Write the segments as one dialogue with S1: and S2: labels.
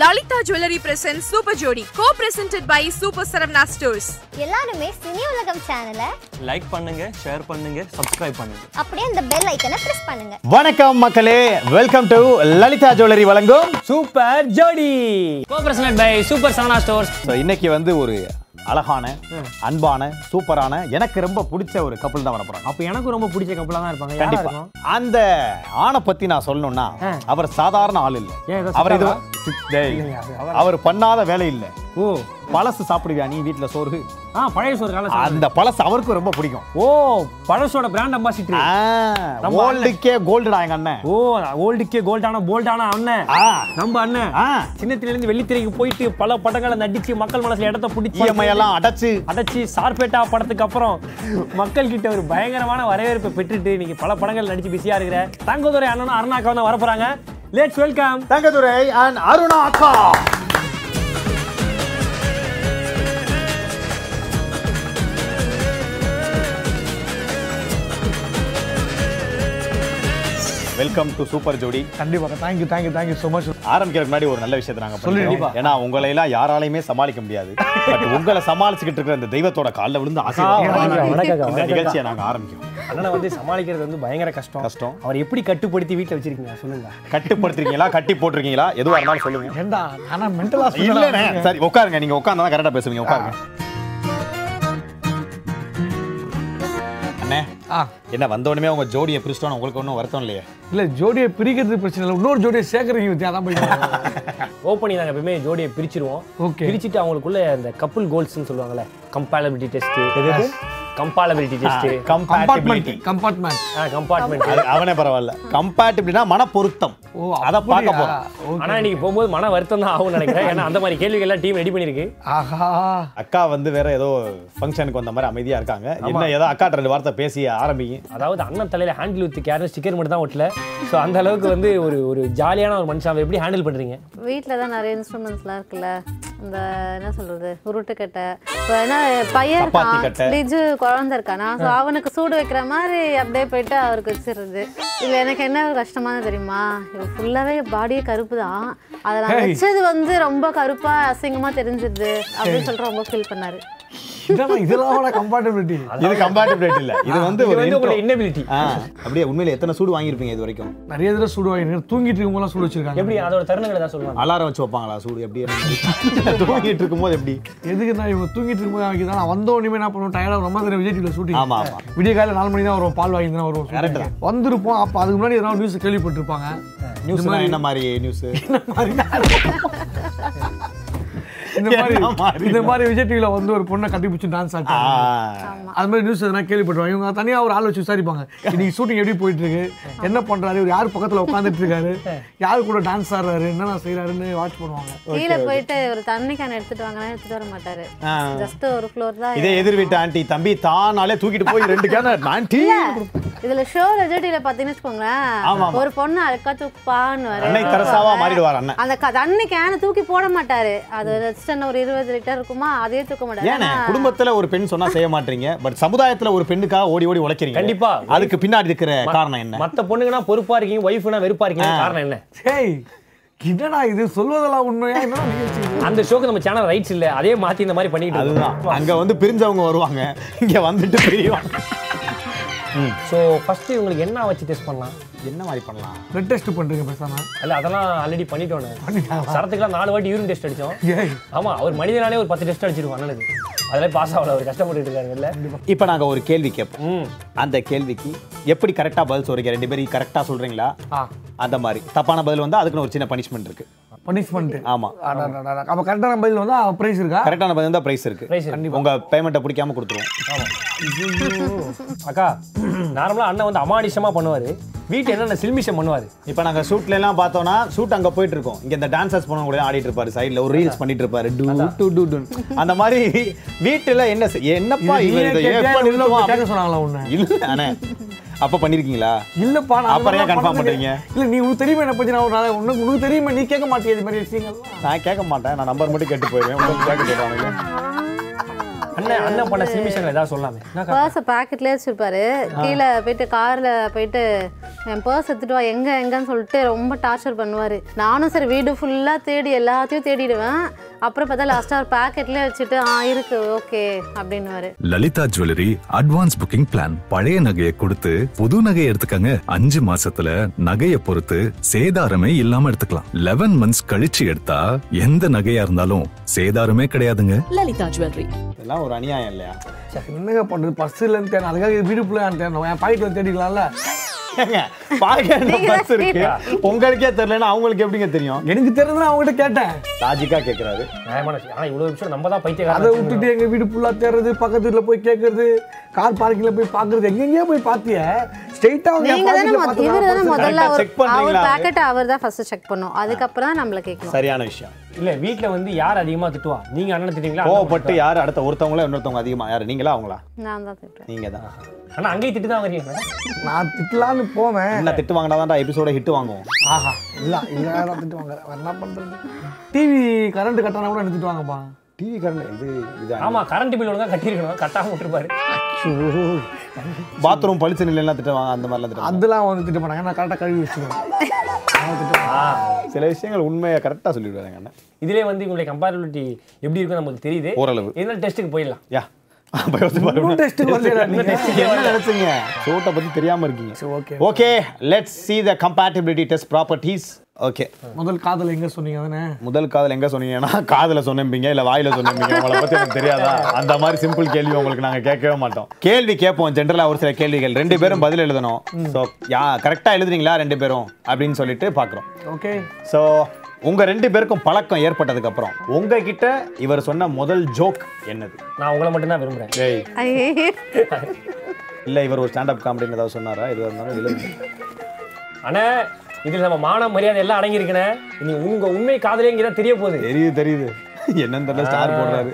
S1: Lalitha jewellery presents super Jodi co presented by super Saravana Stores
S2: எல்லாருமே சினி உலகம் சேனலை
S3: like பண்ணுங்க ஷேர் பண்ணுங்க சப்ஸ்கிரைப் பண்ணுங்க
S2: அப்படியே அந்த பெல் ஐக்கனை பிரஸ் பண்ணுங்க
S4: வணக்கம் மக்களே வெல்கம் டு லலிதா ஜுவல்லரி வழங்கும்
S3: super Jodi cooperation by super Saravana stores
S4: So, இன்னைக்கு வந்து ஒரு அழகான அன்பான சூப்பரான எனக்கு ரொம்ப பிடிச்ச ஒரு கப்பல் தான் வரப்போறாங்க
S3: அப்போ எனக்கு ரொம்ப பிடிச்ச கப்பலாக தான் இருப்பாங்க யாரா
S4: கண்டிப்பா
S3: இருக்கும்
S4: அந்த ஆணை பத்தி நான் சொல்லணும்னா அவர் சாதாரண ஆள்
S3: ஏன்,
S4: இல்ல
S3: ஏதோ
S4: அவர் இது
S3: சுத்தாரா?
S4: டேய்,
S3: இல்லைங்க, அது அவர்.
S4: அவர் பண்ணாத வேலை இல்ல
S3: ஓ
S4: பழசு சாப்பிடுவியா நீ வீட்ல சோறு
S3: ஆ பழைய சோறு கால சோறு.
S4: அந்த பழசு அவருக்கு ரொம்ப பிடிக்கும்
S3: ஓ பழசோட பிராண்ட் அம்பாசிட்டர் நம்ம
S4: கோல்டுக்கே கோல்டுடா எங்க அண்ணன்
S3: ஓ ஓல்டுக்கே கோல்டான போல்டான அண்ணன்
S4: ஆ,
S3: நம்ம அண்ணன்
S4: ஆ.
S3: சின்னத்திலேருந்து வெள்ளித்திரைக்கு போயிட்டு பல படங்களை நடிச்சு மக்கள் மனசுல இடத்த பிடிச்சி
S4: இஎம்ஐ E எல்லாம் அடைச்சு
S3: அடைச்சி சார்பேட்டா படத்துக்கு அப்புறம் மக்கள் கிட்ட ஒரு பயங்கரமான வரவேற்பை பெற்றுட்டு இன்னைக்கு பல படங்கள் நடிச்சு பிஸியா இருக்கிற தங்கதுரை அண்ணனும் அருணாக்கா தான் வரப்போறாங்க let's welcome
S4: Thangadurai and Aruna அக்கா வெல்கம் டு சூப்பர் ஜோடி
S5: கண்டிப்பாக thank you thank you thank you so much
S4: ஆரம்பிக்கிறதுக்கு முன்னாடி ஒரு நல்ல விஷயத்தை நாங்க சொல்லிடுவோம் ஏன்னா உங்களை எல்லாம் யாராலையுமே சமாளிக்க முடியாது பட் உங்களை சமாளிச்சுக்கிட்டு இருக்கிற அந்த தெய்வத்தோட கால்ல விழுந்து ஆசீர்வாதம்
S3: வணக்கம்,
S4: வாங்கி
S3: வணக்கம்,
S4: இந்த நிகழ்ச்சியை நாங்க ஆரம்பிக்கிறோம்
S3: அண்ணனை வந்து சமாளிக்கிறது வந்து பயங்கர கஷ்டம்
S4: கஷ்டம்.
S3: அவர் எப்படி கட்டுப்படுத்தி வீட்டில் வச்சிருக்கீங்க சொல்லுங்க
S4: கட்டுப்படுத்திருக்கீங்களா கட்டி போட்டிருக்கீங்களா எதுவா இருந்தாலும் சொல்லுங்க
S5: ஏண்டா ஆனால் மென்டல்
S4: இல்லண்ணே சரி உட்காருங்க நீங்க உட்கார்ந்தா தான் கரெக்டா பேசுவீங்க உட்காருங்க அண்ணே
S5: ஆ
S4: என்ன வந்தோடனே உங்க ஜோடியை பிரிச்சிட்டோம் உங்களுக்கு ஒன்றும் வருத்தம் இல்லையே
S5: இல்லை ஜோடியை பிரிக்கிறது பிரச்சனை இல்லை இன்னொரு ஜோடியை சேர்க்குறீங்க வித்தியா அதான் போய்
S3: ஓப்பனி நாங்கள் எப்பயுமே ஜோடியை பிரிச்சிருவோம்
S5: Okay.
S3: பிரிச்சுட்டு அவங்களுக்குள்ள இந்த கப்புள் கோல்ஸ்னு சொல்லுவாங்கல்ல கம்பேலபிலிட்டி டெஸ்ட் எது compatibility test
S4: compartment
S5: compartment
S3: compartment
S4: அவனே பரவாயில்ல கம்பார்ட்டபிலிட்டினா மனப்பொருத்தம்
S5: ஓ
S4: அதை
S5: அப்படியா?
S4: பார்க்க போறோம்
S3: ஆனா இன்னைக்கு போகும்போது மன வருத்தம் தான் ஆகும் நினைக்கிறேன் ஏன்னா அந்த மாதிரி கேள்விகள் எல்லாம் டீம் ரெடி பண்ணிருக்கு
S5: ஆஹா
S4: அக்கா வந்து வேற ஏதோ ஃபங்க்ஷனுக்கு வந்த மாதிரி அமைதியா இருக்காங்க என்ன ஏதோ அக்கா ரெண்டு வார்த்தை பேசி ஆரம்பிங்க
S3: அதாவது அண்ணன் தலையில ஹேண்டில் வித்து கேரன் ஸ்டிக்கர் மட்டும் தான் ஒட்டல ஸோ அந்த அளவுக்கு வந்து ஒரு ஒரு ஜாலியான ஒரு மனுஷன் அவரை எப்படி ஹேண்டில் பண்றீங்க
S6: வீட்டில் தான் நிறைய இன்ஸ்ட்ருமெண்ட்ஸ்லாம் இருக்குல்ல இந்த என்ன சொல்றது உருட்டுக்கட்டை இப்போ என்ன பையன்
S4: சப்பாத்தி
S6: இருக்கான்
S4: கட்டை.
S6: லிஜு குழந்தை இருக்கானா ஸோ அவனுக்கு சூடு வைக்கிற மாதிரி அப்படியே போயிட்டு அவருக்கு வச்சிடுறது இல்லை எனக்கு என்ன கஷ்டமானது தெரியுமா இவன் ஃபுல்லாகவே பாடியே கருப்பு தான் அதை நான் வச்சது வந்து ரொம்ப கருப்பாக அசிங்கமாக தெரிஞ்சிருது அப்படின்னு சொல்லிட்டு ரொம்ப ஃபீல் பண்ணாரு
S5: இதெல்லாம் இதெல்லாம் கம்பார்ட்டபிலிட்டி
S4: இது கம்பார்ட்டபிலிட்டி இல்ல இது வந்து
S3: இது
S4: ஒரு
S3: வந்து
S4: intro.
S3: உங்களோட இன்னபிலிட்டி
S4: ஆ, அப்படியே உண்மையில எத்தனை சூடு வாங்கியிருப்பீங்க இது வரைக்கும்
S5: நிறைய தடவை சுடுவாங்க தூங்கிட்டு இருக்கும் போலாம் சுடு வச்சிருக்காங்க
S3: எப்படி அதோட தருணங்கள் ஏதாவது சொல்லுவாங்க
S4: அலாரம் வச்சு வைப்பாங்களா சூடு எப்படி தூங்கிட்டு இருக்கும்போது எப்படி
S5: எதுக்கு நான் இவங்க தூங்கிட்டு இருக்கும்போது அவங்க தான் வந்த உடனே என்ன பண்ணுவோம் டயர்டாக ரொம்ப தடவை விஜய் டிவியில் ஷூட்டிங்
S4: ஆமா, ஆமா.
S5: விடிய காலையில் நாலு மணி தான் வரும் பால் வாங்கி தான் வரும்
S4: Correct தான்.
S5: வந்திருப்போம் அப்போ அதுக்கு முன்னாடி எதனா நியூஸ் கேள்விப்பட்டிருப்பாங்க
S4: நியூஸ் என்ன மாதிரி நியூஸ்
S5: இந்த மாதிரி
S4: என்ன மாதிரி
S5: இந்த மாதிரி விஜய் டிவியில் வந்து ஒரு பொண்ணை கட்டிப்பிடிச்சு டான்ஸ் ஆடி அது மாதிரி நியூஸ் எதனா கேள்விப்பட்டுருவாங்க இவங்க தனியாக ஒரு ஆள் வச்சு விசாரிப்பாங்க இன்னைக்கு ஷூட்டிங் எப்படி போயிட்டு இருக்கு என்ன பண்றாரு இவர் யார் பக்கத்துல உட்காந்துட்டு இருக்காரு யார் கூட டான்ஸ் ஆடுறாரு என்னென்ன செய்றாருன்னு வாட்ச் பண்ணுவாங்க
S6: கீழே போயிட்டு ஒரு தண்ணி கேன் எடுத்துட்டு வாங்கினா எடுத்துட்டு வர மாட்டாரு ஜஸ்ட் ஒரு ஃப்ளோர் தான்
S4: இதே எதிர் வீட்டு ஆண்டி தம்பி தானாலே தூக்கிட்டு போய் ரெண்டு கேன ஆண்டி
S6: இதுல ஷோ ரெஜர்டில பாத்தீங்கன்னு
S4: ஆமா, ஆமா.
S6: வச்சுக்கோங்களேன் ஒரு பொண்ணு அழகா தூக்குப்பான்னு வர
S4: அன்னை தெரசாவா மாறிடுவார் அண்ணன்
S6: அந்த க- தண்ணி கேனை தூக்கி போட மாட்டாரு அது just என்ன ஒரு இருபது லிட்டர் இருக்குமா அதையே தூக்க மாட்டாரு
S4: ஏனே
S6: ஆனா,
S4: குடும்பத்துல ஒரு பெண் சொன்னா செய்ய மாட்டீங்க பட் சமுதாயத்துல ஒரு பெண்ணுக்காக ஓடி ஓடி உழைக்கிறீங்க
S3: கண்டிப்பா.
S4: அதுக்கு பின்னாடி இருக்கிற காரணம் என்ன
S3: மத்த பொண்ணுங்கன்னா பொறுப்பா இருக்கீங்க ஒய்ஃப்னா வெறுப்பா இருக்கீங்க காரணம் என்ன
S5: ஏய் என்னடா இது சொல்வதெல்லாம் உண்மையா என்ன நிகழ்ச்சி இது?
S3: அந்த ஷோக்கு நம்ம சேனல் ரைட்ஸ் இல்ல அதே மாத்தி இந்த மாதிரி பண்ணிக்கிட்டு
S4: அதுதான்
S3: இருக்கோம்
S4: அங்க வந்து பிரிஞ்சவங்க வருவாங்க இங்க வந்துட்டு பிரிவாங்க
S3: ஸோ ஃபர்ஸ்ட் உங்களுக்கு என்ன வச்சு டெஸ்ட் பண்ணலாம்
S4: என்ன மாதிரி பண்ணலாம்
S5: பிளட் டெஸ்ட் பண்றீங்க பேசாம
S3: இல்ல அதெல்லாம் ஆல்ரெடி பண்ணிட்டோம் சரத்துக்குலாம் நாலு வாட்டி யூரின் டெஸ்ட் அடிச்சோம்
S5: ஏய்
S3: ஆமா அவர் மனிதனாலே ஒரு பத்து டெஸ்ட் அடிச்சிருவோம் அண்ணனுக்கு அதெல்லாம் பாஸ் ஆகல அவர் கஷ்டப்பட்டுட்டு இருக்காரு இல்ல
S4: இப்ப நாங்க ஒரு கேள்வி கேட்போம்
S3: ம்
S4: அந்த கேள்விக்கு எப்படி கரெக்டா பதில் சொல்றீங்க ரெண்டு பேரும் கரெக்டா சொல்றீங்களா
S5: ஆ
S4: அந்த மாதிரி தப்பான பதில் வந்து அதுக்குன்னு ஒரு சின்ன பனிஷ்மெண்ட் இருக்கு
S5: பனிஷ்மெண்ட்
S4: ஆமா
S5: அப்ப கரெக்டான பதில் வந்தா பிரைஸ் இருக்கா
S4: கரெக்டான பதில் தான் பிரைஸ் இருக்கு
S3: Prize
S4: உங்க பேமெண்ட்டை பிடிக்காம கொடுத்துருவோம்
S3: அக்கா நார்மலா அண்ணன் வந்து அமானுஷமா பண்ணுவாரு வீட்டுல என்னென்ன சில்மிஷம் பண்ணுவாரு
S4: இப்போ நாங்க ஷூட்ல எல்லாம் பார்த்தோம்னா ஷூட் அங்க போயிட்டு இருக்கோம் இங்க இந்த டான்சர்ஸ் போன கூட ஆடிட்டு இருப்பாரு சைடுல ஒரு ரீல்ஸ் பண்ணிட்டு இருப்பாரு டூ டூ டூ டூ அந்த மாதிரி வீட்டுல என்ன செய்- என்னப்பா இவன் இதை ஏன் பண்ணிருக்கோம்
S5: கேட்க சொன்னாங்களா உன்ன
S4: இல்ல அண்ணே அப்ப பண்ணிருக்கீங்களா
S5: இல்லப்பா நான்
S4: அப்புறம் ஏன்
S5: அதெல்லாம்
S4: confirm
S5: பண்ணது
S4: பண்றீங்க?
S5: இல்ல நீ உனக்கு தெரியுமா என்ன பத்தி நான் ஒரு நாளை உனக்கு உனக்கு தெரியுமா நீ கேட்க மாட்டியா இது மாதிரி விஷயங்கள்லாம்
S4: நான் கேட்க மாட்டேன் நான் நம்பர் மட்டும் கேட்டு போயிருவேன் உங்களுக்கு கேட்க சொல்றாங்க
S3: அண்ணா அண்ணன் அண்ணன் பண்ண சிமிஷன்ல ஏதாவது சொல்லாமே என்ன கா-
S6: பர்ஸை பாக்கெட்லேயே வச்சிருப்பாரு கீழே போயிட்டு கார்ல போயிட்டு என் பர்ஸ் எடுத்துட்டு வா எங்க எங்கன்னு சொல்லிட்டு ரொம்ப டார்ச்சர் பண்ணுவாரு நானும் சரி வீடு ஃபுல்லா தேடி எல்லாத்தையும் தேடிடுவேன் அப்புறம் பார்த்தா லாஸ்டா ஒரு பாக்கெட்லேயே வச்சுட்டு ஆ இருக்கு ஓகே அப்படின்னுவாரு
S7: Lalitha jewellery advance booking plan பழைய நகையை கொடுத்து புது நகையை எடுத்துக்கங்க அஞ்சு மாசத்துல நகையை பொறுத்து சேதாரமே இல்லாம எடுத்துக்கலாம் லெவன் மந்த்ஸ் கழிச்சு எடுத்தா எந்த நகையா இருந்தாலும் சேதாரமே கிடையாதுங்க
S8: Lalita Jewelry.
S4: இதெல்லாம் ஒரு அநியாயம் இல்லையா
S5: சே, என்னங்க பண்றது பர்சுலன்னு தேடணும் அதுக்காக வீடுக்குள்ள தேடணும் என் பாக்கெட்ல தேடிக்கலாம்ல
S4: ஏங்க, பாக்கெட்ல பர்ஸ் இருக்கு உங்களுக்கே தெரியலன்னா அவங்களுக்கு எப்படிங்க தெரியும்
S5: எனக்கு தெரிஞ்சதுன்னா அவங்ககிட்ட கேட்டேன்
S4: லாஜிக்கா கேக்குறாரு
S3: நியாயமான விஷயம். ஆனா இவ்வளவு நிமிஷம் நம்ம தான்
S5: அதை
S3: பைத்தியக்காரன்
S5: விட்டுட்டு எங்க வீடு ஃபுல்லா தேடுறது பக்கத்து வீட்டுல போய் கேட்கறது கார் பார்க்கிங்ல போய் பாக்குறது எங்கெங்கேயோ போய் பாத்திய ஸ்ட்ரெயிட்டா அவங்க என்
S6: நீங்க தானே
S5: pocketல
S6: மொத-
S5: பார்த்து
S6: இவர் தானே
S5: நான் பார்த்து
S4: correct
S6: முதல்ல
S4: ஆ
S6: அவர்
S4: check பண்றீங்களா
S6: அவர்
S4: அவரு?
S6: பாக்கெட் அவர் தான் ஃபர்ஸ்ட் செக் பண்ணும் அதுக்கப்புறம் தான் நம்மள கேட்கணும்
S4: சரியான விஷயம்
S3: இல்ல வீட்ல வந்து யார் அதிகமா திட்டுவா நீங்க அண்ணனை திட்டுவீங்களா அண்ணன்
S4: கோவப்பட்டு யாரு அடுத்த ஒருத்தவங்களா இன்னொருத்தவங்க அதிகமா யாரு நீங்களா அவங்களா
S6: நான் தான் திட்டுறேன்
S4: நீங்க தான்
S3: திட்டுவா? ஆனா அங்கேயும் திட்டு தான் வாங்குறீங்க
S5: நான் திட்டலான்னு போவேன்
S4: என்ன திட்டு வாங்கினாதான் எபிசோட ஹிட் வாங்குவோம்
S5: ஆஹா இல்ல இல்ல நான் திட்டு வாங்க என்ன பண்றது டிவி கரண்ட் கட்டணம் கூட எடுத்துட்டு வாங்கப்பா
S4: டிவி கரண்ட் இது இது
S3: ஆமா கரண்ட் பில் ஒழுங்கா கட்டியிருக்கணும் கட்டாம விட்டுருப்பாரு
S4: பாத்ரூம் பளிச்சு நிலையெல்லாம் திட்டு வாங்க அந்த மாதிரிலாம் திட்டு
S5: அதெல்லாம் வந்து திட்ட மாட்டாங்க நான் கரெக்டா கழுவி வச்சுருவேன்
S4: வாங்க. சில விஷயங்கள் உண்மையை கரெக்டா சொல்லிவிடுவாங்க அண்ணன்
S3: இதுலயே வந்து உங்களுடைய கம்பேரபிலிட்டி எப்படி இருக்குன்னு நமக்கு தெரியுது
S4: ஓரளவு.
S3: இதனால டெஸ்ட்டுக்கு போயிடலாம்
S4: யா அப்ப யோசிச்சு பாருங்க.
S5: இன்னும் test க்கு வரலையா நீங்க?
S4: இன்னும் test க்கு என்ன நினைச்சீங்க சோட்டை பத்தி தெரியாம இருக்கீங்க
S5: சரி, okay.
S4: Okay let's see the compatibility test properties okay
S5: முதல் காதல் எங்க சொன்னீங்க தானே
S4: முதல் காதல் எங்க சொன்னீங்கன்னா காதுல சொன்னீங்க இல்ல வாயில சொன்னீங்க உங்களை பத்தி எனக்கு தெரியாதா அந்த மாதிரி சிம்பிள் கேள்வி உங்களுக்கு நாங்க கேட்கவே மாட்டோம் கேள்வி கேட்போம் ஜென்ரலா ஒரு சில கேள்விகள் ரெண்டு பேரும் பதில் எழுதணும் ஸோ யா கரெக்டா எழுதுறீங்களா ரெண்டு பேரும் அப்படின்னு சொல்லிட்டு பாக்குறோம்
S5: ஓகே
S4: ஸோ உங்க ரெண்டு பேருக்கும் பழக்கம் ஏற்பட்டதுக்கு அப்புறம் உங்ககிட்ட இவர் சொன்ன முதல் ஜோக் என்னது
S3: நான் உங்களை மட்டும் தான் விரும்புறேன்
S4: ஏய்
S6: ஐயே
S4: இல்ல இவர் ஒரு ஸ்டாண்ட் அப் காமெடின்னு ஏதாவது சொன்னாரா இது இருந்தாலும் எழுதுங்க
S3: ஆனா இதுல நம்ம மானம் மரியாதை எல்லாம் அடங்கி இருக்கனே நீ உங்க உண்மை காதலேங்கிறத தெரிய போகுது
S4: தெரியுது தெரியுது என்னன்னு தெரியல ஸ்டார் போடுறாரு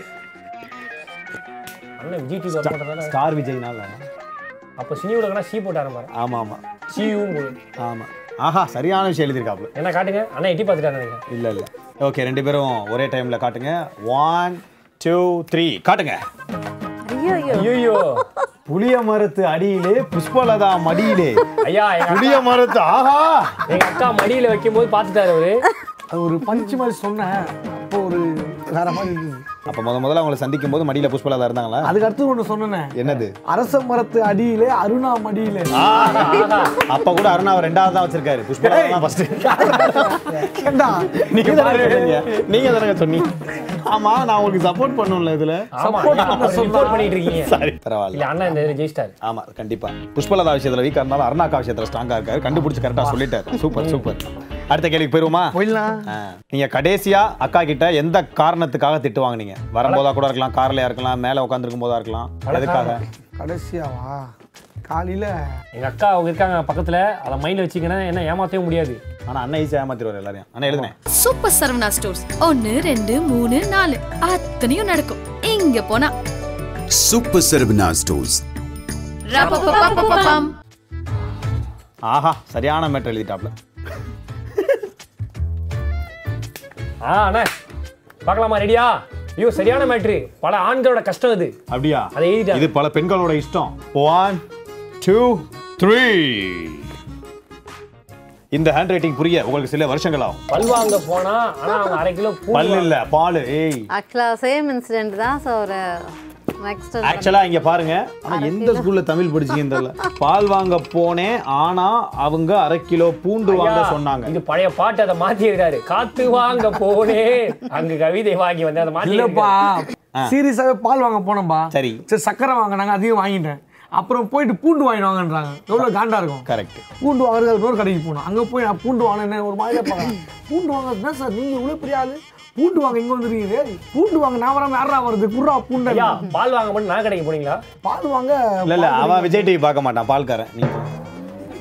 S3: அண்ணன் விஜய் டிவி போட்டதால
S4: ஸ்டார் விஜய்னால
S3: அப்ப சினி உலகனா சீ போட்டு ஆரம்பாரு
S4: ஆமா ஆமா
S3: சியும்
S4: ஆமா ஆஹா சரியான விஷயம் எழுதியிருக்காப்புல
S3: என்ன காட்டுங்க அண்ணா எட்டி பார்த்துட்டாரு நினைக்கிறேன்
S4: இல்ல இல்ல ஓகே ரெண்டு பேரும் ஒரே டைம்ல காட்டுங்க ஒன் டூ த்ரீ காட்டுங்க
S6: ஐயோ ஐயோ
S3: ஐயோ
S4: புளிய மரத்து அடியிலே புஷ்பலதா மடியிலே
S3: ஐயா எங்க அக்கா-
S4: புளிய மரத்து ஆஹா
S3: எங்க அக்கா மடியில வைக்கும் போது பார்த்துட்டாரு அவரு
S5: அது ஒரு பஞ்சு மாதிரி சொன்னேன் அப்போ ஒரு வேற மாதிரி இருந்தது
S4: அப்ப முத முதல்ல அவங்களை சந்திக்கும் போது மடியில புஷ்பலதா இருந்தாங்களா
S5: அதுக்கு அடுத்து ஒண்ணு சொன்னேன்
S4: என்னது
S5: அரச மரத்து அடியிலே அருணா மடியிலே
S4: அப்ப கூட அருணா அவர் ரெண்டாவது தான் வச்சிருக்காரு புஷ்பலதா தான் ஃபர்ஸ்ட்
S5: ஏண்டா,
S4: நீங்க தானே சொன்னீங்க நீங்க தானே சொன்னீங்க ஆமா நான் உங்களுக்கு சப்போர்ட் பண்ணும்ல இதுல
S3: ஆமா சப்போர்ட் பண்ணிட்டு இருக்கீங்க
S4: சாரி பரவாயில்ல
S3: இல்ல அண்ணா இந்த இதுல ஜெயிச்சிட்டாரு
S4: ஆமா கண்டிப்பா புஷ்பலதா விஷயத்துல வீக்கா இருந்தாலும் அருணாக்கா விஷயத்துல ஸ்ட்ராங்கா இருக்காரு கண்டுபிடிச்சு கரெக்டா சொல்லிட்டாரு சூப்பர் சூப்பர் அடுத்த கேள்விக்கு போயிருவோமா
S5: போயிடலாம்
S4: ஆ. நீங்க கடைசியா அக்கா கிட்ட எந்த காரணத்துக்காக திட்டு வாங்குனீங்க வரும்போதா கூட இருக்கலாம் கார்லயா இருக்கலாம் மேல உட்காந்துருக்கும் போதா இருக்கலாம் எதுக்காக
S5: கடைசியாவா காலையில
S3: எங்க அக்கா அவங்க இருக்காங்க பக்கத்துல அதை மைண்ட்ல வச்சுக்கன்னா என்ன ஏமாத்தவே முடியாது
S4: ஆனா அண்ணன் ஈஸியா ஏமாத்திடுவார் எல்லாரையும் ஆனா எழுதுனேன்
S8: சூப்பர் சரவணா ஸ்டோர்ஸ் ஒன்னு ரெண்டு மூணு நாலு அத்தனையும் நடக்கும் எங்க போனா
S9: சூப்பர் சரவணா ஸ்டோர்ஸ்
S8: ரப்பப்பப்பப்பப்பம்.
S4: ஆஹா சரியான மேட்டர் எழுதிட்டாப்ல
S3: ஆ அண்ணா பார்க்கலாமா ரெடியா ஐயோ சரியான மேட்ரு பல ஆண்களோட கஷ்டம் இது
S4: அப்படியா
S3: அதை எழுதிட்டாங்க.
S4: இது பல பெண்களோட இஷ்டம் ஒன் டூ த்ரீ இந்த ஹேண்ட் ரைட்டிங் புரிய உங்களுக்கு சில வருஷங்கள் ஆகும்
S3: பல் வாங்க போனா ஆனா அவங்க அரை கிலோ பூ
S4: பல்லு இல்ல பாலு ஏய்
S6: ஆக்சுவலாக சேம் இன்சிடென்ட் தான் ஸோ ஒரு நெக்ஸ்ட்
S4: ஆக்சுவலா இங்க பாருங்க ஆனா எந்த ஸ்கூல்ல தமிழ் படிச்சீங்கன்னு தெரியல பால் வாங்க போனேன் ஆனா அவங்க அரை கிலோ பூண்டு வாங்க
S3: ஐயா,
S4: சொன்னாங்க
S3: இது பழைய பாட்டு அதை மாத்தி இருக்காரு காத்து வாங்க போனே அங்க கவிதை வாங்கி வந்து அதை மாத்தி
S5: இல்லப்பா
S3: இருக்காரு.
S5: சீரியஸாவே பால் வாங்க போனோம்பா
S4: சரி.
S5: சரி சக்கரை வாங்கினாங்க அதையும் வாங்கிட்டேன் அப்புறம் போயிட்டு பூண்டு வாங்கி வாங்கன்றாங்க எவ்வளவு காண்டா இருக்கும்
S4: கரெக்ட்
S5: பூண்டு வாங்குறது அது ஒரு கடைக்கு போனோம் அங்க போய் நான் பூண்டு வாங்கினேன் ஒரு மாதிரியா பார்க்கறேன் பூண்டு வாங்குறதுனா சார் நீங்க இவ்வளவு பெரிய ஆளு பூண்டு வாங்க இங்க வந்துருக்கீங்க பூண்டு வாங்க நான் வராம யாரா வருது குர்ரா பூண்டு
S3: ஐயா பால் வாங்க மட்டும் நான் கடைக்கு போனீங்களா
S5: பால் வாங்க
S4: இல்ல இல்ல அவன் விஜய் டிவி பார்க்க மாட்டான் பால்காரன் நீ போ.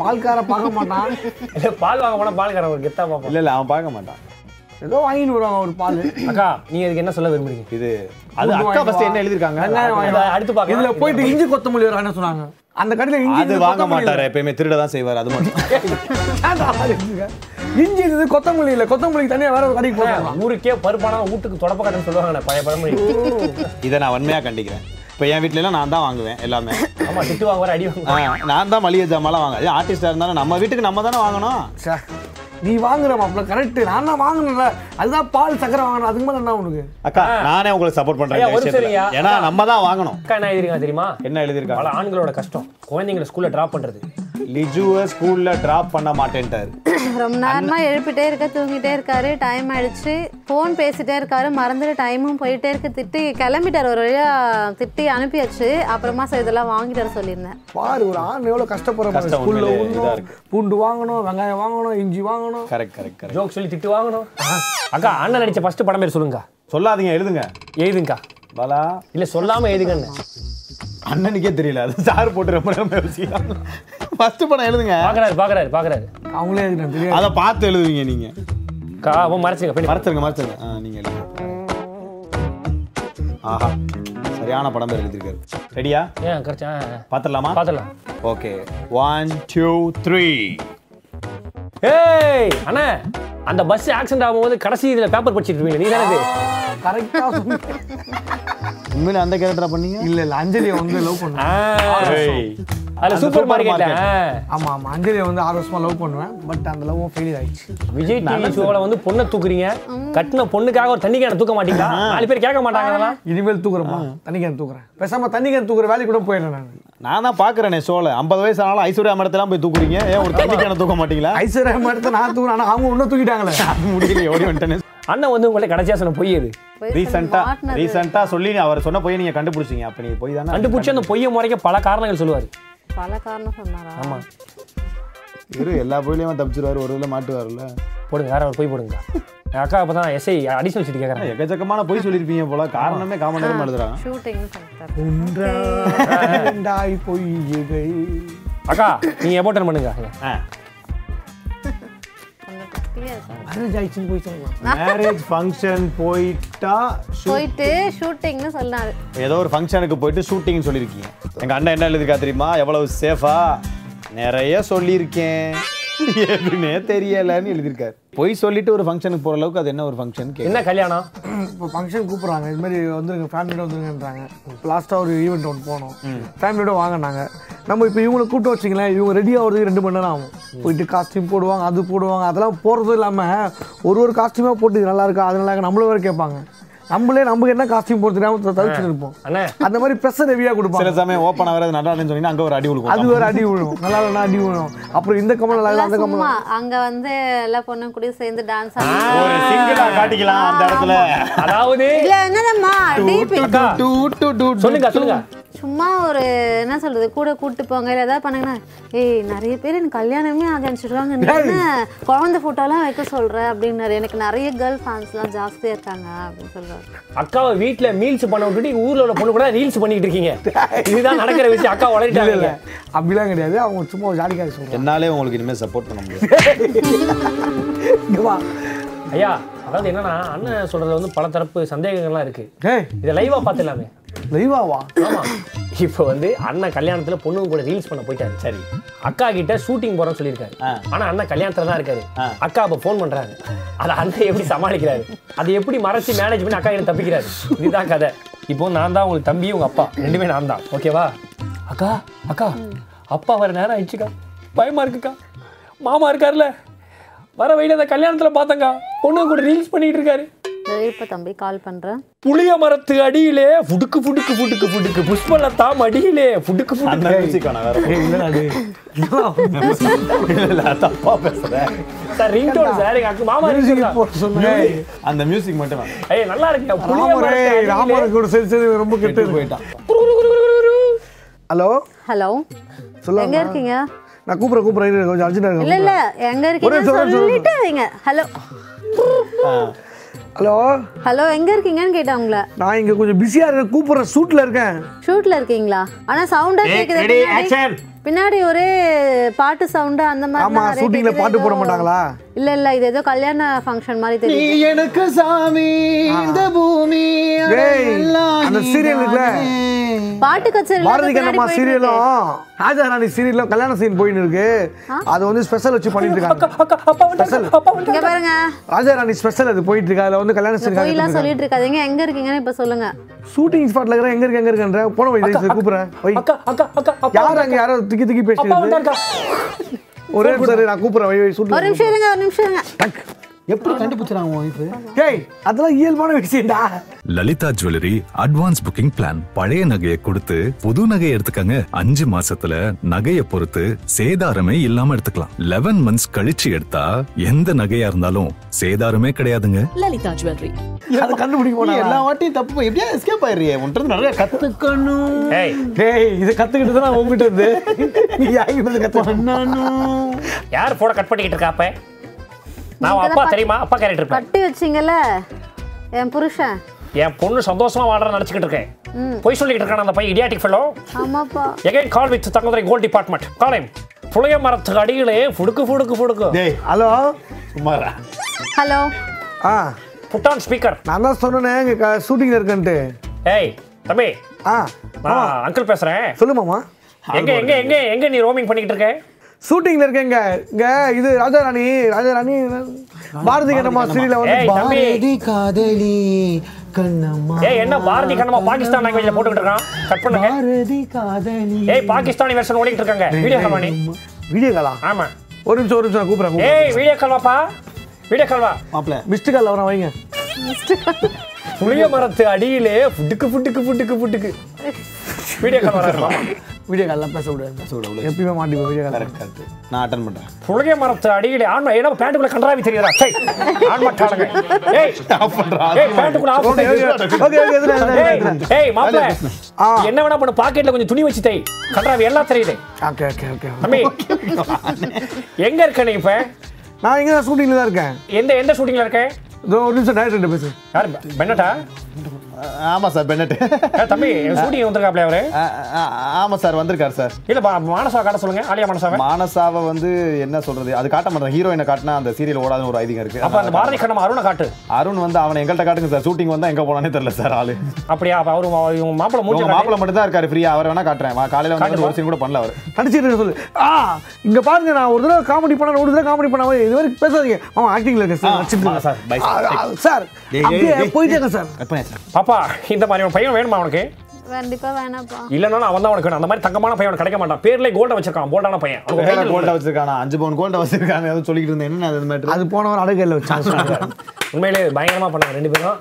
S5: பால்கார பார்க்க மாட்டான்
S3: இல்ல பால் வாங்க போனா பால் ஒரு கெத்தா பாப்போம்
S4: இல்ல இல்ல அவன் பார்க்க மாட்டான்
S5: ஏதோ வாங்கிட்டு வருவாங்க ஒரு பால்
S3: அக்கா நீங்க இதுக்கு என்ன சொல்ல விரும்புறீங்க
S4: இது அது
S5: பூண்டு
S4: அக்கா
S5: வாங்கி
S4: ஃபர்ஸ்ட்
S5: வா.
S4: என்ன எழுதிருக்காங்க
S5: வெங்காயம் வாங்கி வா.
S3: அடுத்து பார்க்கலாம்.
S5: இதுல போயிட்டு இஞ்சி கொத்தமல்லி ஒரு என்ன சொன்னாங்க அந்த கடையில இஞ்சி
S4: அது
S5: இருந்தது,
S4: வாங்க
S5: கொத்தமல்லி
S4: மாட்டாரு எப்பயுமே திருட தான் செய்வார் அது மட்டும்
S5: ஏன்டா ஆளு இருக்க? இஞ்சி இருந்தது கொத்தமல்லி இல்ல கொத்தமல்லிக்கு தனியா வேற ஒரு கடைக்கு போகலாம்
S3: ஊருக்கே பருப்பானா வீட்டுக்கு தொடப்ப கட்டன்னு சொல்லுவாங்க பழைய பழமொழி
S4: இதை நான் வன்மையா கண்டிக்கிறேன் இப்போ என் வீட்ல எல்லாம் நான் தான் வாங்குவேன் எல்லாமே
S3: ஆமா திட்டு வாங்குற அடி வாங்குற
S4: ஆ, நான் தான் மளிகை ஜாமான்லாம் வாங்க ஆர்டிஸ்டா இருந்தாலும் நம்ம வீட்டுக்கு நம்ம தானே வாங்கணும்
S5: சே, நீ வாங்குற மாப்பிள்ள கரெக்ட் நான் தான் வாங்கணும்ல அதுதான் பால் சக்கரை வாங்கணும் அதுக்கு மேல என்ன உனக்கு
S4: அக்கா நானே உங்களுக்கு சப்போர்ட் பண்றேன்
S3: ஐயா,
S4: இந்த
S3: ஒரு
S4: விஷயத்துல.
S3: சரியா.
S4: ஏன்னா நம்ம தான் வாங்கணும்
S3: அக்கா என்ன எழுதிருக்காங்க தெரியுமா
S4: என்ன
S3: பல
S4: எழுதியிருக்காங்க
S3: ஆண்களோட கஷ்டம் குழந்தைங்களை ஸ்கூல்ல டிராப் பண்றது
S4: லிஜுவை ஸ்கூல்ல டிராப் பண்ண மாட்டேன்ட்டாரு
S6: ரொம்ப நேரமா எழுப்பிட்டே இருக்க தூங்கிட்டே இருக்காரு டைம் ஆயிடுச்சு ஃபோன் பேசிட்டே இருக்காரு மறந்துட்டு டைமும் போயிட்டே இருக்கு திட்டி கிளம்பிட்டார் ஒரு வழியா திட்டி அனுப்பியாச்சு அப்புறமா சரி இதெல்லாம் வாங்கிட்டு வர சொல்லியிருந்தேன்
S5: பாரு ஒரு ஆண் எவ்வளவு கஷ்டப்படுற மாதிரி
S4: கஷ்டம்
S5: ஸ்கூல்ல
S4: உண்மையிலே இதா
S5: ஊங்கணும்
S4: இருக்கு.
S5: பூண்டு வாங்கணும் வெங்காயம் வாங்கணும் இஞ்சி வாங்கணும்
S4: கரெக்ட் கரெக்ட் கரெக்ட்
S3: ஜோக் சொல்லி திட்டு வாங்கணும் அக்கா அண்ணன் நடிச்ச ஃபர்ஸ்ட் படம் பேர் சொல்லுங்க
S4: சொல்லாதீங்க எழுதுங்க
S3: எழுதுங்கக்கா
S4: பாலா
S3: இல்ல சொல்லாம எழுதுங்கன்னு
S4: அண்ணனுக்கே தெரியல அது சார் போட்டு ரொம்ப நேரம் யோசிக்கலாம் ஃபர்ஸ்ட் படம் எழுதுங்க
S3: பாக்குறாரு பாக்குறாரு பாக்குறாரு
S5: அவங்களே எனக்கு தெரியாது
S4: அதை பார்த்து எழுதுவீங்க நீங்க
S3: அக்கா அப்போ மறைச்சுங்க போய்
S4: மறைச்சிருங்க மறைச்சிருங்க ஆ, நீங்க எழுதுங்க ஆஹா சரியான படம் பேர் எழுதியிருக்காரு ரெடியா
S3: ஏன் கரெக்டா
S4: பார்த்துடலாமா
S3: பாத்துலாம்
S4: ஓகே ஒன் டூ த்ரீ
S3: ஏய் அண்ணே அந்த பஸ் ஆக்சிடென்ட் ஆகும்போது கடைசி இதுல பேப்பர் படிச்சிட்டு இருப்பீங்க நீ தானே இது?
S5: கரெக்டா
S4: உண்மையில அந்த கேரக்டரா பண்ணீங்க
S5: இல்ல இல்ல அஞ்சலியை வந்து லவ் பண்ணுவேன்
S3: ஆ,
S4: ஏய்.
S3: அதுல
S4: அந்த
S3: சூப்பர் மார்க்கெட்ல
S4: market.
S5: ஆமா ஆமா அஞ்சலியை வந்து ஆறு வருஷமா லவ் பண்ணுவேன் பட் அந்த லவ்வும் ஃபெயிலியர் ஆயிடுச்சு
S3: விஜய் டிவி ஷோல வந்து பொண்ணை தூக்குறீங்க கட்டின பொண்ணுக்காக ஒரு தண்ணி கேன தூக்க மாட்டீங்களா நாலு பேர் கேட்க மாட்டாங்களா
S5: இனிமேல் தூக்குறேம்மா தண்ணி கேன் தூக்குறேன் பேசாம தண்ணி கேன் தூக்குற வேலைக்கு கூட போயிடுறேன் நான்
S4: நான் தான் பாக்குறேனே சோல ஐம்பது வயசு ஆனாலும் ஐஸ்வர்யா மடத்தெல்லாம் போய் தூக்குறீங்க ஏன் ஒரு தண்ணிக்கான தூக்க மாட்டீங்களா
S5: ஐஸ்வர்யா மட்டும் நான் தூக்குறேன் ஆனா அவங்க இன்னும் தூக்கிட்டாங்களே
S4: முடியல ஓடி வந்துட்டேனே
S3: அண்ணன் வந்து உங்கள்ட்ட கடைசியா சொன்ன பொய் அது
S6: போய்
S4: ரீசெண்டா
S6: மாட்டினது.
S4: ரீசெண்டா சொல்லி அவர் சொன்ன போய் நீங்க கண்டுபிடிச்சீங்க அப்ப நீங்க போய் தானே
S3: கண்டுபிடிச்சு அந்த பொய்யை முறைக்க பல காரணங்கள் சொல்லுவாரு
S6: பல காரணம் சொன்னாரா
S3: ஆமா
S4: இரு எல்லா போயிலையும் தப்பிச்சிருவாரு ஒரு இதில் மாட்டுவாருல்ல
S3: போடுங்க வேற ஒரு பொய் போடுங்க என் அக்கா அப்பதான் எஸ்ஐ அடிஷனல் சீட் கேக்குறாங்க
S4: எக்கச்சக்கமான போய் சொல்லியிருப்பீங்க போல காரணமே காமன் நேரம் எழுதுறாங்க
S6: ஷூட்டிங் பண்ணிட்டார்
S5: ரெண்டாய் பொய்யுகை
S3: அக்கா நீங்க எபோட்டன் பண்ணுங்க
S4: ஆ,
S6: கொஞ்சம் குட்டியா இருக்காரு.
S5: மேரேஜ் ஆயிடுச்சுன்னு போய் சொல்லலாம்
S4: மேரேஜ் ஃபங்க்ஷன் போயிட்டா shoot-
S6: போயிட்டு ஷூட்டிங்னு சொன்னாரு
S4: ஏதோ ஒரு ஃபங்க்ஷனுக்கு போயிட்டு ஷூட்டிங் சொல்லியிருக்கீங்க எங்க அண்ணன் என்ன எழுதிருக்கா தெரியுமா எவ்வளவு சேஃபா நிறைய சொல்லியிருக்கேன் எதுனே தெரியலன்னு எழுதியிருக்காரு போய் சொல்லிட்டு ஒரு ஃபங்க்ஷனுக்கு போற அளவுக்கு அது என்ன ஒரு ஃபங்க்ஷன்
S3: என்ன கல்யாணம்
S5: இப்போ ஃபங்க்ஷன் கூப்பிட்றாங்க இது மாதிரி வந்துருங்க ஃபேமிலியோட வந்துருங்கன்றாங்க லாஸ்ட்டாக ஒரு ஈவெண்ட் ஒன்று போனோம் ஃபேமிலியோட வாங்கினாங்க நம்ம இப்போ இவங்களை கூப்பிட்டு வச்சிங்களேன் இவங்க ரெடி ஆகிறதுக்கு ரெண்டு மணி நேரம் ஆகும் போயிட்டு காஸ்டியூம் போடுவாங்க அது போடுவாங்க அதெல்லாம் போடுறதும் இல்லாமல் ஒரு ஒரு காஸ்டியூமாக போட்டு இது நல்லா இருக்கா அது நல்லா இருக்கா நம்மள வேற கேட்பாங்க நம்மளே நமக்கு என்ன காஸ்டியூம் போட்டு தெரியாம த- தவிச்சுட்டு இருப்போம்
S3: அண்ணே
S5: அந்த மாதிரி ப்ரெஷர் ஹெவியாக கொடுப்பாங்க
S4: சில சமயம் ஓப்பன் ஆகிறது நல்லா இல்லைன்னு சொன்னீங்கன்னா அங்க ஒரு அடி
S5: அது
S4: உழுக்கும்
S5: வேற அடி விழும் நல்லா இல்லைன்னா அடி விழும் அப்புறம் இந்த கமல் நல்லா இல்லை அந்த
S6: எல்லாம்
S5: கமல்
S6: சும்மா அங்க வந்து எல்லா பொண்ணும் கூட சேர்ந்து டான்ஸ்
S4: ஒரு சிங்கிளா காட்டிக்கலாம் அந்த இடத்துல
S3: அதாவது
S6: இதுல என்னதம்மா டிபி
S3: அக்கா
S4: டூ, டூ, டூ, டூ.
S3: சொல்லுங்க சொல்லுங்க
S6: சும்மா ஒரு என்ன சொல்றது கூட கூட்டு போங்க இல்ல ஏதாவது பண்ணுங்கன்னா ஏய் நிறைய பேர் எனக்கு கல்யாணமே ஆக அனுப்பிச்சிடுவாங்க நீ என்ன குழந்தை போட்டோலாம் வைக்க சொல்ற அப்படின்னாரு எனக்கு நிறைய கேர்ள் ஃபேன்ஸ்லாம் ஜாஸ்தியா இருக்காங்க அப்படின்னு சொல்றாரு
S3: அக்காவை வீட்ல மீல்ஸ் பண்ண விட்டுட்டு ஊர்ல உள்ள பொண்ணு கூட ரீல்ஸ் பண்ணிட்டு இருக்கீங்க இதுதான் நடக்கிற விஷயம் அக்கா
S5: இல்லை
S3: வளரிட்டாங்க
S5: இல்லை அப்படிலாம் கிடையாது அவங்க சும்மா ஒரு ஜாலிக்காக சொல்கிறாங்க
S4: என்னாலே உங்களுக்கு இனிமே சப்போர்ட் பண்ண முடியாது
S3: ஐயா அதாவது என்னன்னா அண்ணன் சொல்றதுல வந்து பல தரப்பு சந்தேகங்கள்லாம் இருக்கு
S5: ஏய்
S3: இதை லைவா பார்த்துலாமே
S5: லைவாவா
S3: ஆமா இப்போ வந்து அண்ணன் கல்யாணத்துல பொண்ணுங்க கூட ரீல்ஸ் பண்ண போயிட்டாரு
S4: சரி
S3: அக்கா கிட்ட ஷூட்டிங் போறோம்னு சொல்லியிருக்காரு
S4: ஆ.
S3: ஆனா அண்ணன் கல்யாணத்துல தான் இருக்காரு
S4: ஆ.
S3: அக்கா அப்ப ஃபோன் பண்றாரு அதை அண்ணன் எப்படி சமாளிக்கிறாரு அதை எப்படி மறைச்சு மேனேஜ் பண்ணி அக்கா கிட்ட தப்பிக்கிறாரு இதுதான் கதை இப்போ நான் தான் உங்களுக்கு தம்பி உங்க அப்பா ரெண்டுமே நான் தான் ஓகேவா அக்கா அக்கா அப்பா வர நேரம் ஆயிடுச்சுக்கா பயமா இருக்குக்கா மாமா இருக்காருல்ல வர வழியில அந்த கல்யாணத்துல பார்த்தங்க பொண்ணு கூட ரீல்ஸ் பண்ணிட்டு இருக்காரு
S6: இதோ இப்ப தம்பி கால் பண்றேன்
S3: புளிய மரத்து அடியிலே ஃபுடுக்கு ஃபுடுக்கு ஃபுடுக்கு ஃபுடுக்கு புஷ்பல்ல தாம் அடியிலே ஃபுடுக்கு
S4: அந்த
S3: ஃபுடுக்கு
S4: மியூசிக் வேணாம் வேற
S5: ஏய் இல்லைடா டேய்
S4: இல்ல, இல்ல, தப்பா பேசுறேன்
S3: சார் ரிங்டோன் சார் எங்க அக்கு மாமா
S5: Music
S3: ringtone தான்.
S5: போட சொன்னேன்
S4: அந்த மியூசிக் மட்டும் வேணாம்
S3: ஏய் நல்லா இருக்கு புளிய
S5: ராமரே
S3: மரத்து அடியிலே.
S5: ராமரை கூட சரி சரி ரொம்ப கெட்டு போயிட்டான் ஹலோ
S6: ஹலோ
S5: சொல்லுங்க.
S6: எங்க இருக்கீங்க
S5: நான் கூப்பிட்றேன் கூப்பிட்றேன் கொஞ்சம் அர்ஜென்டாக
S6: இல்ல
S5: இருக்கு
S6: இல்ல எங்க இருக்கீங்க
S5: நிமிஷம், ஒரு நிமிஷம்.
S6: சொல்லிட்டு வைங்க ஹலோ
S5: ஹலோ
S6: ஹலோ எங்க இருக்கீங்கன்னு கேட்டேன் உங்களை
S5: நான் இங்க கொஞ்சம் பிஸியா இருக்கேன் கூப்பிட்றேன் ஷூட்ல இருக்கேன்
S6: ஷூட்ல இருக்கீங்களா ஆனா சவுண்டா கேக்குது பின்னாடி. பின்னாடி ஒரே பாட்டு சவுண்டு அந்த மாதிரி
S5: ஆமா,
S6: தான் நிறைய
S5: shootingல
S6: கேக்குது.
S5: பாட்டு போட
S6: ஏதோ-
S5: மாட்டாங்களா?
S6: இல்ல இல்ல இது ஏதோ கல்யாண ஃபங்க்ஷன் மாதிரி
S4: நீ
S6: தெரியுது
S4: எனக்கு சாமி இந்த பூமி
S5: ஏய், அந்த serial இருக்குல்ல?
S6: பாட்டு கச்சேரி
S5: பாரதி கண்ணம்மா சீரியலும் ராஜா ராணி சீரியலும் கல்யாண சீன் போயின்னு இருக்கு அது வந்து ஸ்பெஷல் வச்சு பண்ணிட்டு இருக்காங்க
S3: அக்கா அப்பா வந்துட்டாரு அப்பா
S6: இங்க
S3: வந்துட்டாரு
S6: பாருங்க
S5: ராஜா ராணி ஸ்பெஷல் அது போயிட்டு இருக்கு அதுல வந்து கல்யாண
S6: பொய்லாம்
S5: சீன்
S6: சொல்லிட்டு இருக்காதீங்க எங்க இருக்கீங்கன்னு இப்ப சொல்லுங்க
S5: ஷூட்டிங் ஸ்பாட்ல இருக்கிற எங்க இருக்கு எங்க இருக்கன்ற போன வை தயவு செய்து கூப்பிடுறேன் வை
S3: அக்கா அக்கா அக்கா அப்பா
S5: யார்
S3: வந்தாரு.
S5: அங்க யாரோ திக்கி திக்கி
S3: அப்பா
S5: பேசுறது
S3: வந்துட்டாருக்கா
S5: ஒரே நிமிஷம் இரு, நான் கூப்பிடுறேன் வை வை
S6: ஒரு
S5: ஷூட்டிங்
S6: நிமிஷம் இருங்க ஒரு நிமிஷம் இருங்க
S5: எப்படி கண்டுபிடிச்சாங்க இப்போ ஏய் அதெல்லாம் இயல்பான விஷயம்டா
S7: Lalitha jewellery advance booking plan பழைய நகையை கொடுத்து புது நகையை எடுத்துக்கங்க அஞ்சு மாசத்துல நகையை பொறுத்து சேதாரமே இல்லாம எடுத்துக்கலாம் லெவன் மந்த்ஸ் கழிச்சு எடுத்தா எந்த நகையா இருந்தாலும் சேதாரமே கிடையாதுங்க
S10: லலிதா ஜுவல்லரி
S5: அதை கண்டுபிடிக்க
S4: நீ எல்லா
S5: போனா
S4: வாட்டியும் தப்பு எப்படியா எஸ்கேப் ஆயிடுறியே உன்ட்டு நிறைய கத்துக்கணும்
S3: ஏய்
S5: டேய் இதை கத்துக்கிட்டு தான் நான் உங்ககிட்ட இருந்து நீ யாருக்கிட்ட கத்து
S4: பண்ணணும்
S3: யார் போட கட் பண்ணிக்கிட்டு இருக்கா அப்ப நான் உன் அப்பா தெரியுமா அப்பா கேரக்டர் இருப்பேன்
S6: கட்டி வச்சீங்கல்ல என் புருஷன்
S3: என் பொண்ணு சந்தோஷமா வாடுறேன் நினைச்சுக்கிட்டு இருக்கேன் பொய் சொல்லிக்கிட்டு இருக்கான அந்த பையன் இடியாட்டிக் ஃபெல்லோ
S6: ஆமாப்பா
S3: எகைன் கால் வித் தங்கதுரை கோல் டிபார்ட்மெண்ட் காலையும் புளிய மரத்துக்கு அடியிலே ஃபுடுக்கு ஃபுடுக்கு ஃபுடுக்கு
S4: டேய்
S5: ஹலோ
S4: சும்மாரா
S6: ஹலோ
S5: ஆ
S3: புட்டான் ஸ்பீக்கர்
S5: நான் தான் சொன்னேன் இங்க ஷூட்டிங்ல இருக்கேன்ட்டு
S3: ஏய் தம்பி
S5: ஆ
S3: நான் அங்கிள் பேசுறேன்
S5: சொல்லு மாமா
S3: எங்க எங்க எங்க எங்க நீ ரோமிங் பண்ணிக்கிட்டு இருக்க
S5: ஷூட்டிங்ல இருக்கேங்க இங்க இது ராஜா ராணி ராஜா ராணி பாரதி கண்ணம்மா சீரியல
S3: ஏய்
S5: வந்து
S3: தம்பி
S11: காதலி கண்ணம்மா
S3: ஏய் என்ன பாரதி கண்ணமா பாகிஸ்தான் லாங்குவேஜ்ல போட்டுக்கிட்டு இருக்கான் கட் பண்ணுங்க
S11: பாரதி காதலி
S3: ஏய் பாகிஸ்தானி வெர்ஷன் ஓடிட்டு இருக்காங்க வீடியோ கால் பண்ணி
S5: வீடியோ காலா
S3: ஆமா
S5: ஒரு நிமிஷம் ஒரு நிமிஷம் கூப்பிடுறேன் கூப்பிடுறேன்
S3: ஏய் வீடியோ கால்வாப்பா வீடியோ கால்வா
S4: மாப்ள
S5: மிஸ்டு கால் வரேன் வைங்க
S3: புளிய மரத்து அடியிலே ஃபுட்டுக்கு ஃபுட்டுக்கு ஃபுட்டுக்கு ஃபுட்டுக்கு வீடியோ கால் வரா
S5: வீடியோ கால்லாம் பேச விடாது பேச விடாது எப்பயுமே மாட்டிப்போம் வீடியோ கால்
S4: கரெக்ட் கரெக்ட் நான் அட்டன் பண்றேன்
S3: புளிய மரத்து அடியிலே ஆன்மா ஏன்னா பேண்ட்டுக்குள்ள கண்டராவி தெரியுதா சை ஆன்மாட்டாளுங்க ஏய்
S4: ஆஃப் பண்றா
S3: ஏய் பேண்ட்டுக்குள்ள ஆஃப்
S5: ஓகே
S3: பண்ணி
S5: ஓகே ஓகே எதுல எதுல
S3: ஏய், ஏய் மாப்ள
S5: ஆ.
S3: என்ன வேணா பண்ணு பாக்கெட்ல கொஞ்சம் துணி வச்சு தை கண்டராவி எல்லாம் தெரியுது
S5: ஓகே ஓகே ஓகே
S3: தம்பி எங்க இருக்க நீ இப்ப
S5: நான் இங்க தான் ஷூட்டிங்ல தான் இருக்கேன்
S3: எந்த எந்த ஷூட்டிங்ல இருக்க
S5: இதோ ஒரு நிமிஷம் டைரக்டர் பேசு
S3: யார் பென்னட்டா
S4: ஆமா சார் பென்னட்
S3: ஏய், தம்பி ஷூட்டிங் வந்திருக்காப்ல அவரு
S4: ஆமா சார் வந்திருக்காரு சார்
S3: இல்ல பா- மானசாவை காட்ட சொல்லுங்க ஆலியா மானசாவை
S4: மானசாவை வந்து என்ன சொல்றது அது காட்ட மாட்டேன் ஹீரோயினை காட்டினா அந்த சீரியல் ஓடாதுன்னு ஒரு ஐதிகம் இருக்கு
S3: அப்ப அந்த பாரதி கண்ணம் அருணை காட்டு
S4: அருண் வந்து அவனை எங்கள்கிட்ட காட்டுங்க சார் ஷூட்டிங் வந்தா எங்க போனானே தெரியல சார் ஆளு
S3: அப்படியா அப்ப அவரு இவங்க மாப்பிள்ள மூஞ்சி
S4: உங்க மாப்பிள்ள மட்டும் தான் இருக்காரு ஃப்ரீயா அவர் வேணா காட்டுறேன் வா, காலையில வந்து
S3: காட்டுப்பா.
S4: ஒரு சீன் கூட பண்ணல அவர்
S5: நடிச்சிட்டு சொல்லு ஆ இங்க பாருங்க நான் ஒரு தடவை காமெடி பண்ண ஒரு தடவை காமெடி பண்ண இது வரைக்கும் பேசாதீங்க அவன் ஆக்டிங்ல இருக்க சார்
S4: ஆ,
S5: நடிச்சிட்டு
S4: sir, bye, sir.
S5: Sir sir
S4: டேய்,
S5: அப்படியே
S4: டேய், டேய்.
S5: போயிட்டேங்க சார்
S3: பாப்பா இந்த மாதிரி ஒரு பையன் வேணுமா அவனுக்கு
S6: கண்டிப்பா வேணாப்பா
S3: இல்லைனாலும் அவன் தான் அவனுக்கு வேணும் அந்த மாதிரி தங்கமான பையன் அவனுக்கு கிடைக்க மாட்டான் பேர்ல கோல்ட வச்சிருக்கான் போல்டான பையன் அவனுக்கு
S4: வேற
S3: title
S4: கோல்டா வச்சிருக்கானா அஞ்சு பவுன் கோல்டா வச்சிருக்காங்க ஏதோ சொல்லிக்கிட்டு இருந்தேன் என்ன அது மேட்ரு
S5: அது போனவர் அடகல்ல வச்சாங்க
S3: உண்மையிலே பயங்கரமா பண்ணாங்க ரெண்டு பேரும்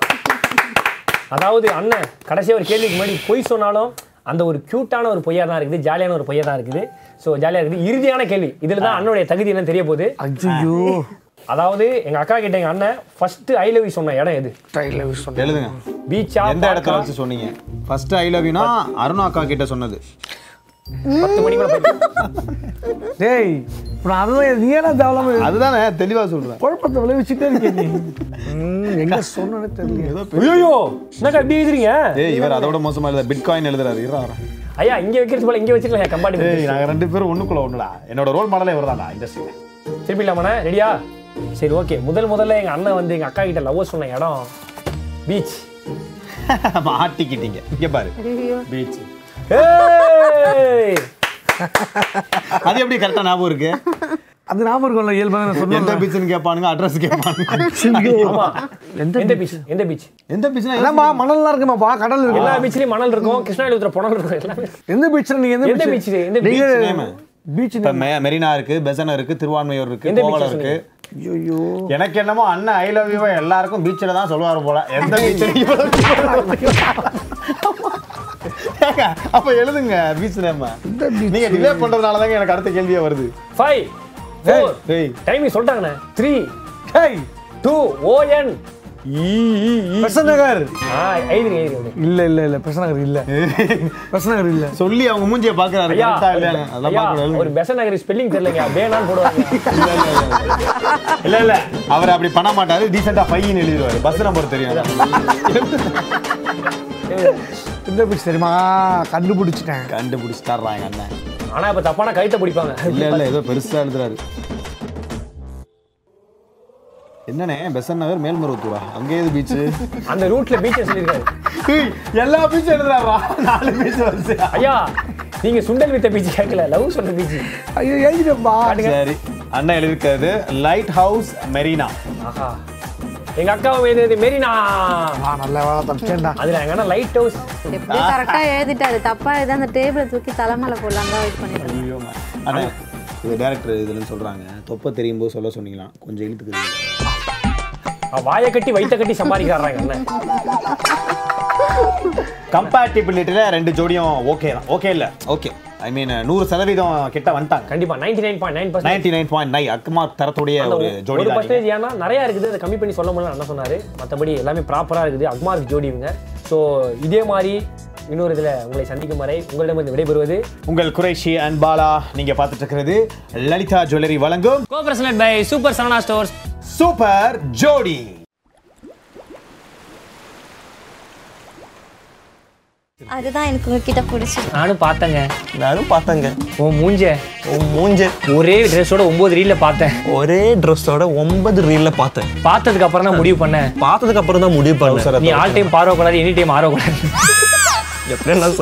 S3: அதாவது அண்ணன் கடைசியா ஒரு கேள்விக்கு முன்னாடி பொய் சொன்னாலும் அந்த ஒரு கியூட்டான ஒரு பொய்யா தான் இருக்குது ஜாலியான ஒரு பொய்யா தான் இருக்குது ஸோ ஜாலியா இருக்குது இறுதியான கேள்வி இதுல தான் அண்ணனுடைய தகுதி என்னன்னு தெரிய போகுது
S5: ஐயோ
S3: அதாவது எங்க அக்கா கிட்ட எங்க அண்ணன் ஃபர்ஸ்ட் ஐ லவ் யூ சொன்ன இடம் எது
S5: ட்ரைல விஷ் பண்ணு.
S4: எழுதுங்க
S3: பீச்சா
S4: எந்த இடத்துல வச்சு சொன்னீங்க ஃபர்ஸ்ட் ஐ லவ் யூனா அருணா அக்கா கிட்ட சொன்னது
S3: பத்து மணிக்குள்ள போயிட்டு
S5: டேய் இப்ப நான் அதுதான் நீ ஏன்னா தேவலாம
S4: அதுதானே தெளிவா சொல்றேன்
S5: குழப்பத்தை விளைவிச்சுட்டே இருக்கேன் நீ ம், எங்க சொன்னே தெரியல
S3: ஐயோ என்னக்கா இப்படி எழுதுறீங்க
S4: ஏய் இவர் அதோட மோசமா எழுத பிட்காயின் எழுதுறாரு இருடா, இருடா.
S3: ஐயா இங்க வைக்கிறது போல இங்க வச்சிருக்கலாம் கம்பார்ட்மெண்ட்
S4: ஏய் நாங்க ரெண்டு பேரும் ஒண்ணுக்குள்ள ஒண்ணுடா என்னோட ரோல் மாடலே இவர்தான்டா இண்டஸ்ட்ரியில
S3: திருப்பி இல்லாமண்ணே ரெடியா சரி ஓகே முதல் முதல்ல எங்க அண்ணன் வந்து எங்க அக்கா கிட்ட லவ் சொன்ன இடம் பீச்
S4: மாட்டிக்கிட்டீங்க இங்க பாரு பீச் அது எப்படி கரெக்டா ஞாபகம் இருக்கு
S5: அது ஞாபகம் இருக்கும்ல இயல்பாக நான் சொன்னேன்
S4: எந்த பீச்னு கேட்பானுங்க அட்ரஸ் கேட்பானுங்க
S3: எந்த பீச் எந்த பீச்
S4: எந்த பீச்னா
S5: என்னம்மா மணல்லாம் இருக்குமாப்பா கடல் இருக்கு
S3: எல்லா பீச்லயும் மணல் இருக்கும் கிருஷ்ணாயில் ஊத்துற புனல் இருக்கும் எல்லாமே
S5: எந்த பீச்ல நீங்க
S3: எந்த
S5: எந்த
S3: beach
S5: பீச்
S3: இது? எந்த
S5: நீங்க
S4: beach name?
S5: பீச்
S4: இப்ப மெ- மெரினா இருக்கு பெசனா இருக்கு திருவான்மையூர் இருக்கு
S3: எந்த beach
S4: கோவால
S3: சொன்னீங்க?
S4: இருக்கு
S5: ஐயோ
S4: எனக்கு என்னமோ அண்ணன் ஐ லவ் யூ எல்லாருக்கும் பீச்சில் தான் சொல்லுவாரு போல எந்த பீச் அப்ப எழுதுங்க பீச் நேம்
S5: எந்த beach?
S4: நீங்க டிலே பண்றதுனால தாங்க எனக்கு அடுத்த கேள்வியே வருது
S3: ஃபைவ் ஃபோர்
S4: டேய்
S3: டைமிங் சொல்லிட்டாங்கண்ணே த்ரீ
S5: ஹேய்
S3: டூ ஓஎன்
S5: பெசநகர்
S3: ஆ எழுதுங்க எழுதுங்க
S5: இல்ல இல்ல இல்ல பெசநகர் இல்ல பெசநகர் இல்ல
S4: சொல்லி அவங்க மூஞ்சியை பாக்குறாரு
S3: ஐயா
S4: correct ஆ இல்லையான்னு. அதெல்லாம்
S3: ஐயா,
S4: பார்க்கணும்
S3: ஒரு
S4: எழுதுங்க.
S3: பெச நகரி ஸ்பெல்லிங் தெரியலங்க வேணான்னு போடுவாங்க
S4: இல்ல இல்ல அவர் அப்படி பண்ண மாட்டாரு டீசெண்டா ஃபைன் எழுதிடுவாரு பஸ் நம்பர் தெரியும்
S5: எந்த பீச் தெரியுமா கண்டுபிடிச்சிட்டேன்
S4: கண்டுபிடிச்சு தர்றாங்க அண்ணன்
S3: ஆனா இப்ப தப்பான கழுத்தை பிடிப்பாங்க
S4: இல்ல இல்ல ஏதோ பெருசா எழுதுறாரு என்னண்ணே பெசன் நகர் மேல்மருவத்தூரா அங்கே எது பீச்சு
S3: அந்த ரூட்ல பீச்சை சொல்லியிருக்காரு
S4: எல்லா பீச்சும் எழுதுறாவா நாலு பீச் வந்து
S3: ஐயா நீங்க சுண்டல் வித்த பீச் கேட்கல லவ் சொன்ன பீச்
S5: ஐயோ எழுதிட்டப்பா
S4: சரி அண்ணா எழுதியிருக்கிறது லைட் ஹவுஸ் மெரினா
S3: ஆஹா எங்க அக்காவும் எழுதியது மெரினா
S5: நல்ல வேலை தப்பிச்சேன்டா
S3: அதுல எங்கன்னா லைட் ஹவுஸ்
S6: எப்படி கரெக்டா எழுதிட்டாரு தப்பா எழுதி அந்த டேபிளை தூக்கி தலைமையில போடலாம் தான் வெயிட் பண்ணிட்டு இருந்தேன்.
S4: அண்ணா இது டேரக்டர் இதுலன்னு சொல்றாங்க தொப்பை தெரியும் போது சொல்ல சொன்னீங்களாம் கொஞ்சம் இழுத்துக்கு
S3: வாயை கட்டி வயித்தை கட்டி சம்பாதிக்கிறாங்க அண்ணன்
S4: கம்பேட்டிபிலிட்டியில ரெண்டு ஜோடியும் ஓகே தான் ஓகே இல்ல ஓகே ஐ மீன் நூறு சதவீதம் கிட்ட வந்துட்டாங்க
S3: கண்டிப்பா ninety nine point nine percent
S4: ninety nine point nine அக்குமா தரத்துடைய ஒரு ஜோடி
S3: ஒரு
S4: தான் நீங்க.
S3: பர்சன்டேஜ் ஏன்னா நிறைய இருக்குது அதை கம்மி பண்ணி சொல்ல முடியல அண்ணன் சொன்னாரு மத்தபடி எல்லாமே ப்ராப்பரா இருக்குது அக்மார்க் ஜோடி இவங்க ஸோ இதே மாதிரி இன்னொரு இதுல உங்களை சந்திக்கும் வரை உங்களிடமிருந்து விடைபெறுவது
S4: உங்கள் குறைஷி அண்ட் பாலா நீங்க பார்த்துட்டு இருக்கிறது லலிதா ஜுவல்லரி வழங்கும்
S3: கோபரசனட் by super Saravana stores
S4: super ஜோடி
S2: அதுதான் எனக்கு உங்ககிட்ட பிடிச்சது
S3: நானும் பார்த்தேங்க
S10: நானும் பார்த்தாங்க
S3: உன் மூஞ்ச
S10: உன் மூஞ்ச
S3: ஒரே ட்ரெஸ்ஸோட ஒன்பது ரீல்ல பார்த்தேன்
S10: ஒரே ட்ரெஸ்ஸோட ஒன்பது ரீல்ல பார்த்தேன்
S3: பார்த்ததுக்கு அப்புறம் தான் முடிவு பண்ணேன்
S10: பார்த்ததுக்கு அப்புறம் தான் முடிவு பண்ணேன்
S3: நீ ஆல் டைம் பார்வை கூடாது எனி டைம் ஆர்வ கூடாது
S10: எப்படி நான் சொல்றது?